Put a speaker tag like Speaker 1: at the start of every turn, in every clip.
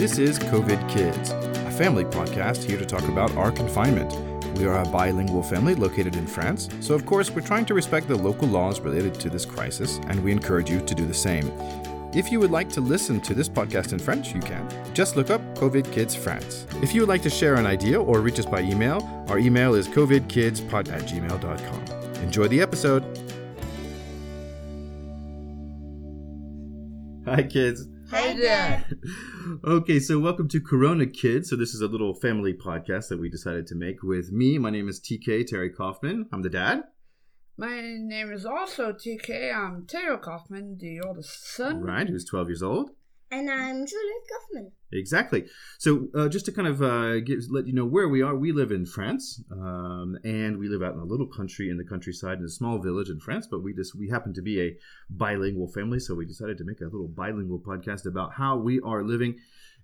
Speaker 1: This is COVID Kids, a family podcast here to talk about our confinement. We are a bilingual family located in France, so of course we're trying to respect the local laws related to this crisis, and we encourage you to do the same. If you would like to listen to this podcast in French, you can. Just look up COVID Kids France. If you would like to share an idea or reach us by email, our email is covidkidspod at gmail.com. Enjoy the episode. Hi, kids.
Speaker 2: Hi there.
Speaker 1: Okay, so welcome to Corona Kids. So this is a little family podcast that we decided to make with me. My name is TK Terry Kaufman. I'm the dad.
Speaker 2: My name is also TK. I'm Taylor Kaufman, the oldest son.
Speaker 1: Right, who's 12 years old.
Speaker 3: And I'm Juliet Kaufman.
Speaker 1: Exactly. So, uh, just to kind of uh, give, let you know where we are, we live in France, um, and we live out in a little country in the countryside in a small village in France. But we just we happen to be a bilingual family, so we decided to make a little bilingual podcast about how we are living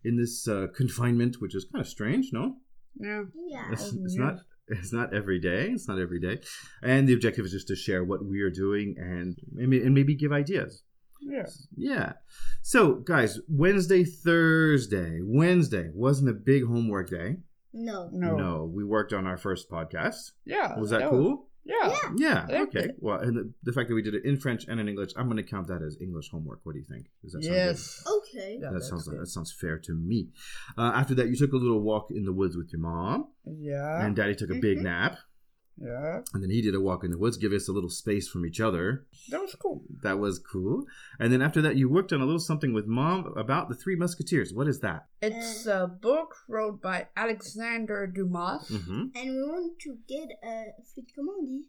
Speaker 1: in this uh, confinement, which is kind of strange, no?
Speaker 2: Yeah.
Speaker 3: Yeah.
Speaker 1: It's,
Speaker 2: Oh,
Speaker 1: it's
Speaker 2: yeah.
Speaker 1: not. It's not every day. It's not every day, and the objective is just to share what we are doing and and may- and maybe give ideas.
Speaker 2: Yeah.
Speaker 1: Yeah. So, guys, Wednesday, Thursday, Wednesday wasn't a big homework day.
Speaker 3: No.
Speaker 2: No.
Speaker 1: we worked on our first podcast.
Speaker 2: Yeah.
Speaker 1: Was that cool?
Speaker 2: Yeah.
Speaker 3: Yeah.
Speaker 1: Yeah.
Speaker 2: Yeah.
Speaker 1: Okay. Well, and the, the fact that we did it in French and in English, I'm going to count that as English homework. What do you think? Does that sound good?
Speaker 2: yes.
Speaker 3: Oh. Okay.
Speaker 2: Yeah,
Speaker 1: that sounds
Speaker 2: that's
Speaker 1: that sounds fair to me. Uh, after that, you took a little walk in the woods with your mom,
Speaker 2: good. Yeah.
Speaker 1: and Daddy
Speaker 2: mm-hmm.
Speaker 1: took a big
Speaker 3: Mhm.
Speaker 1: nap.
Speaker 2: yeah.
Speaker 1: and then he did a walk in the woods, give us a little space from each other.
Speaker 2: That was cool.
Speaker 1: That was cool. And then after that, you worked on a little something with mom about the Three Musketeers. What is that?
Speaker 2: It's a book wrote by Alexander Dumas.
Speaker 1: Mm-hmm.
Speaker 3: And we want to get a flute commandee.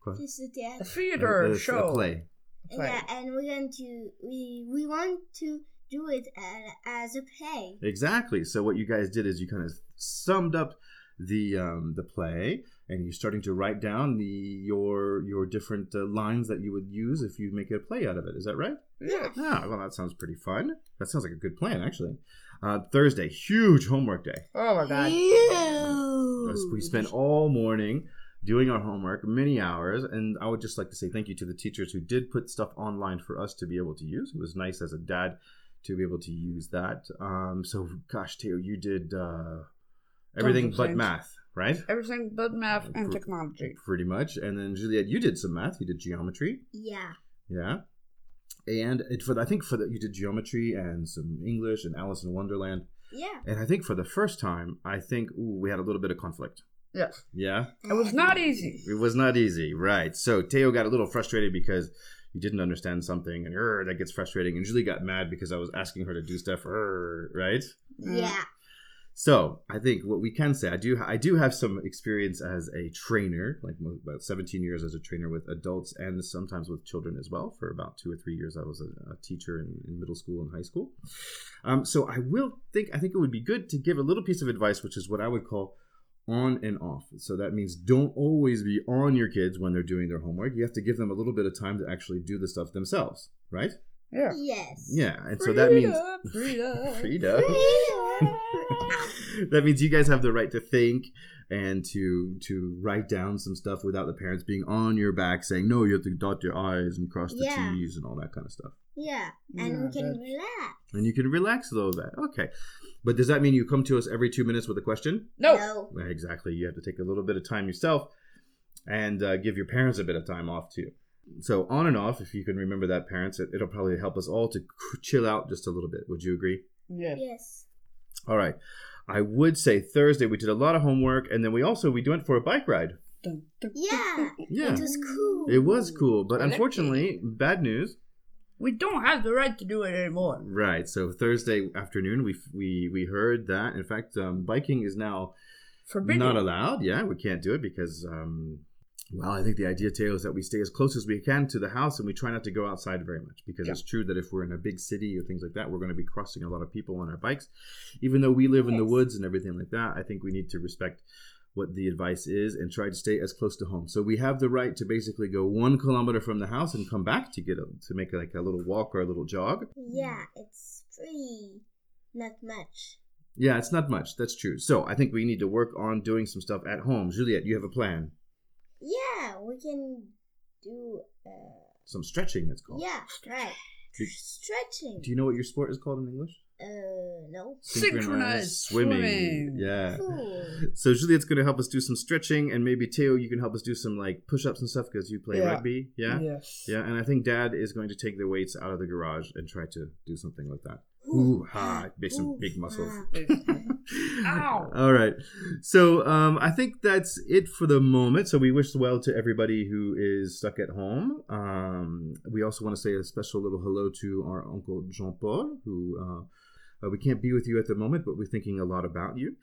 Speaker 1: Quoi?
Speaker 3: It's a
Speaker 2: A
Speaker 3: theater.
Speaker 2: theater show.
Speaker 1: A play.
Speaker 2: Play.
Speaker 3: Yeah, and we're going to we we want to do it uh, as a play.
Speaker 1: Exactly. So what you guys did is you kind of summed up the um, the play, and you're starting to write down the your your different uh, lines that you would use if you make a play out of it. Is that right?
Speaker 2: Yeah.
Speaker 1: Ah, well, that sounds pretty fun. That sounds like a good plan, actually. Uh, Thursday, huge homework day.
Speaker 2: Oh my god.
Speaker 1: Because we
Speaker 3: Huge.
Speaker 1: spent all morning doing our homework, many hours, and I would just like to say thank you to the teachers who did put stuff online for us to be able to use. It was nice as a dad to be able to use that. Um, so, gosh, Teo, you did uh, everything
Speaker 2: Dungeon
Speaker 1: but
Speaker 2: Science.
Speaker 1: math, right?
Speaker 2: Everything but math and
Speaker 1: Pr-
Speaker 2: technology.
Speaker 1: Pretty much. And then Juliet, you did some math. You did geometry,
Speaker 3: Yeah.
Speaker 1: yeah. And it, for the, I think for that you did geometry and some English and Alice in Wonderland.
Speaker 3: Yeah.
Speaker 1: And I think for the first time, I think ooh, we had a little bit of conflict.
Speaker 2: Yes.
Speaker 1: Yeah.
Speaker 2: It was not easy.
Speaker 1: It was not easy, right? So Teo got a little frustrated because you didn't understand something, and "Urgh," that gets frustrating. And Julie got mad because I was asking her to do stuff, "Urgh," right?
Speaker 3: Yeah.
Speaker 1: So I think what we can say, I do, I do have some experience as a trainer, like mo- about 17 years as a trainer with adults and sometimes with children as well. For about two or three years, I was a, a teacher in, in middle school and high school. Um, so I will think, I think it would be good to give a little piece of advice, which is what I would call on and off. So that means don't always be on your kids when they're doing their homework. You have to give them a little bit of time to actually do the stuff themselves, right?
Speaker 2: Yeah.
Speaker 3: Yes.
Speaker 1: Yeah, and so that means.
Speaker 2: Frida. Frida.
Speaker 1: Frida. that means you guys have the right to think and to to write down some stuff without the parents being on your back saying no you have to dot your i's and cross the
Speaker 3: Yeah.
Speaker 1: t's and all that kind of stuff
Speaker 3: Yeah. And
Speaker 2: Yeah,
Speaker 3: we can
Speaker 2: that-
Speaker 3: relax.
Speaker 1: and you can relax a little bit okay but does that mean you come to us every two minutes with a question
Speaker 2: No.
Speaker 3: No.
Speaker 1: exactly you have to take a little bit of time yourself and uh, give your parents a bit of time off too so on and off if you can remember that parents it, it'll probably help us all to chill out just a little bit would you agree
Speaker 2: Yes.
Speaker 3: Yes.
Speaker 1: all right i would say thursday we did a lot of homework and then we also we went for a bike ride
Speaker 2: Dun, dun,
Speaker 3: Yeah.
Speaker 2: dun, dun.
Speaker 1: Yeah.
Speaker 3: It was cool.
Speaker 1: It was cool, but
Speaker 2: Well, that-
Speaker 1: unfortunately, bad news.
Speaker 2: We don't have the right to do it anymore.
Speaker 1: Right. So Thursday afternoon, we we we heard that. In fact, um, biking is now
Speaker 2: Forbidden.
Speaker 1: not allowed. Yeah, we can't do it because. Um, well, I think the idea, Teo, is that we stay as close as we can to the house and we try not to go outside very much because
Speaker 2: Yeah.
Speaker 1: it's true that if we're in a big city or things like that, we're going to be crossing a lot of people on our bikes. Even though we live in the
Speaker 3: Yes.
Speaker 1: woods and everything like that, I think we need to respect what the advice is and try to stay as close to home. So we have the right to basically go one kilometer from the house and come back to get a, to make like a little walk or a little jog.
Speaker 3: Yeah. It's pretty. Not much.
Speaker 1: Yeah, it's not much. That's true. So I think we need to work on doing some stuff at home. Juliet, you have a plan.
Speaker 3: Yeah. We can do. Uh,
Speaker 1: Some stretching, it's called.
Speaker 3: Yeah, right.
Speaker 1: Do-
Speaker 3: Stretching.
Speaker 1: Do you know what your sport is called in English?
Speaker 3: Uh, no.
Speaker 2: Synchronized swimming.
Speaker 1: Yeah.
Speaker 3: Cool.
Speaker 1: So Juliet's going to help us do some stretching, and maybe Teo, you can help us do some like push-ups and stuff because you play
Speaker 2: Yeah.
Speaker 1: rugby. Yeah? yeah,
Speaker 2: Yes.
Speaker 1: And I think Dad is going to take the weights out of the garage and try to do something like that. Ooh ha! Make some
Speaker 3: Ooh, uh,
Speaker 1: big muscles.
Speaker 3: ha.
Speaker 2: Ow.
Speaker 1: All right. So um, I think that's it for the moment. So we wish well to everybody who is stuck at home. Um, we also want to say a special little hello to our uncle Jean Paul, who uh, uh, we can't be with you at the moment, but we're thinking a lot about you.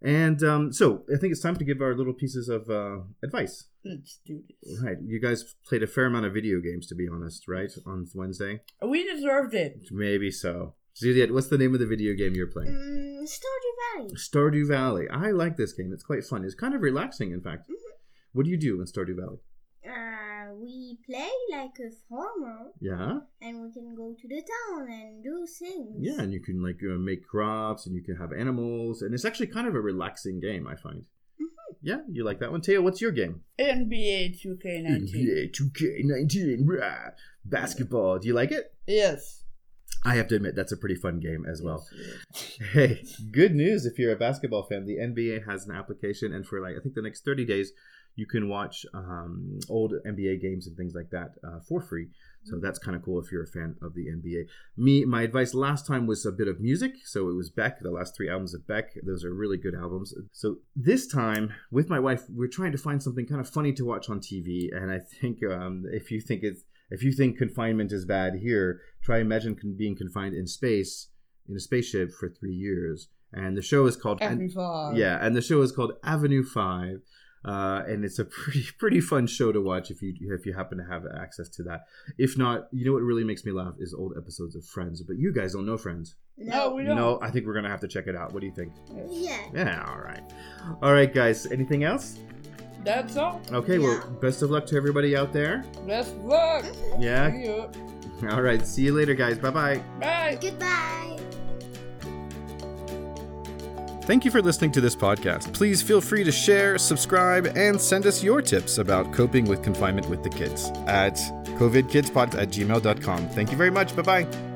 Speaker 1: And um, so I think it's time to give our little pieces of uh, advice.
Speaker 2: Let's do this.
Speaker 1: Right. You guys played a fair amount of video games, to be honest, right? On Wednesday?
Speaker 2: We deserved it.
Speaker 1: Maybe so. Juliet, what's the name of the video game you're playing?
Speaker 3: Mm, Stardew Valley.
Speaker 1: Stardew Valley. I like this game. It's quite fun. It's kind of relaxing, in fact. What do you do in Stardew Valley?
Speaker 3: Uh, we play like a farmer,
Speaker 1: Yeah,
Speaker 3: and we can go to the town and do things.
Speaker 1: yeah, and you can like uh, make crops, and you can have animals, and it's actually kind of a relaxing game. I find. Yeah, you like that one, Teo. What's your game?
Speaker 2: NBA 2K19.
Speaker 1: NBA 2K19 rah, basketball. Do you like it?
Speaker 2: Yes.
Speaker 1: I have to admit that's a pretty fun game as well.
Speaker 2: Yes, yes.
Speaker 1: Hey, good news if you're a basketball fan. The NBA has an application, and for like I think the next 30 days, you can watch um, old NBA games and things like that uh, for free. So that's kind of cool if you're a fan of the NBA. Me, my advice last time was a bit of music. So it was Beck, the last three albums of Beck. Those are really good albums. So this time with my wife, we're trying to find something kind of funny to watch on TV. And I think um, if you think it's if you think confinement is bad here, try imagine con- being confined in space in a spaceship for three years. And the show is called
Speaker 2: Happy Five.
Speaker 1: yeah, and the show is called Avenue Five, uh, and it's a pretty pretty fun show to watch if you if you happen to have access to that. If not, you know what really makes me laugh is old episodes of Friends. But you guys don't know Friends.
Speaker 2: No, we don't.
Speaker 1: No, I think we're gonna have to check it out. What do you think?
Speaker 3: Yeah.
Speaker 1: Yeah, all right, all right, guys. Anything else?
Speaker 2: That's all.
Speaker 1: Okay, well, best of luck to everybody out there.
Speaker 2: Best luck.
Speaker 1: Yeah.
Speaker 2: See you.
Speaker 1: All right. See you later, guys. Bye bye.
Speaker 2: Bye.
Speaker 3: Goodbye.
Speaker 1: Thank you for listening to this podcast. Please feel free to share, subscribe, and send us your tips about coping with confinement with the kids at covidkidspod at gmail.com. Thank you very much. Bye bye.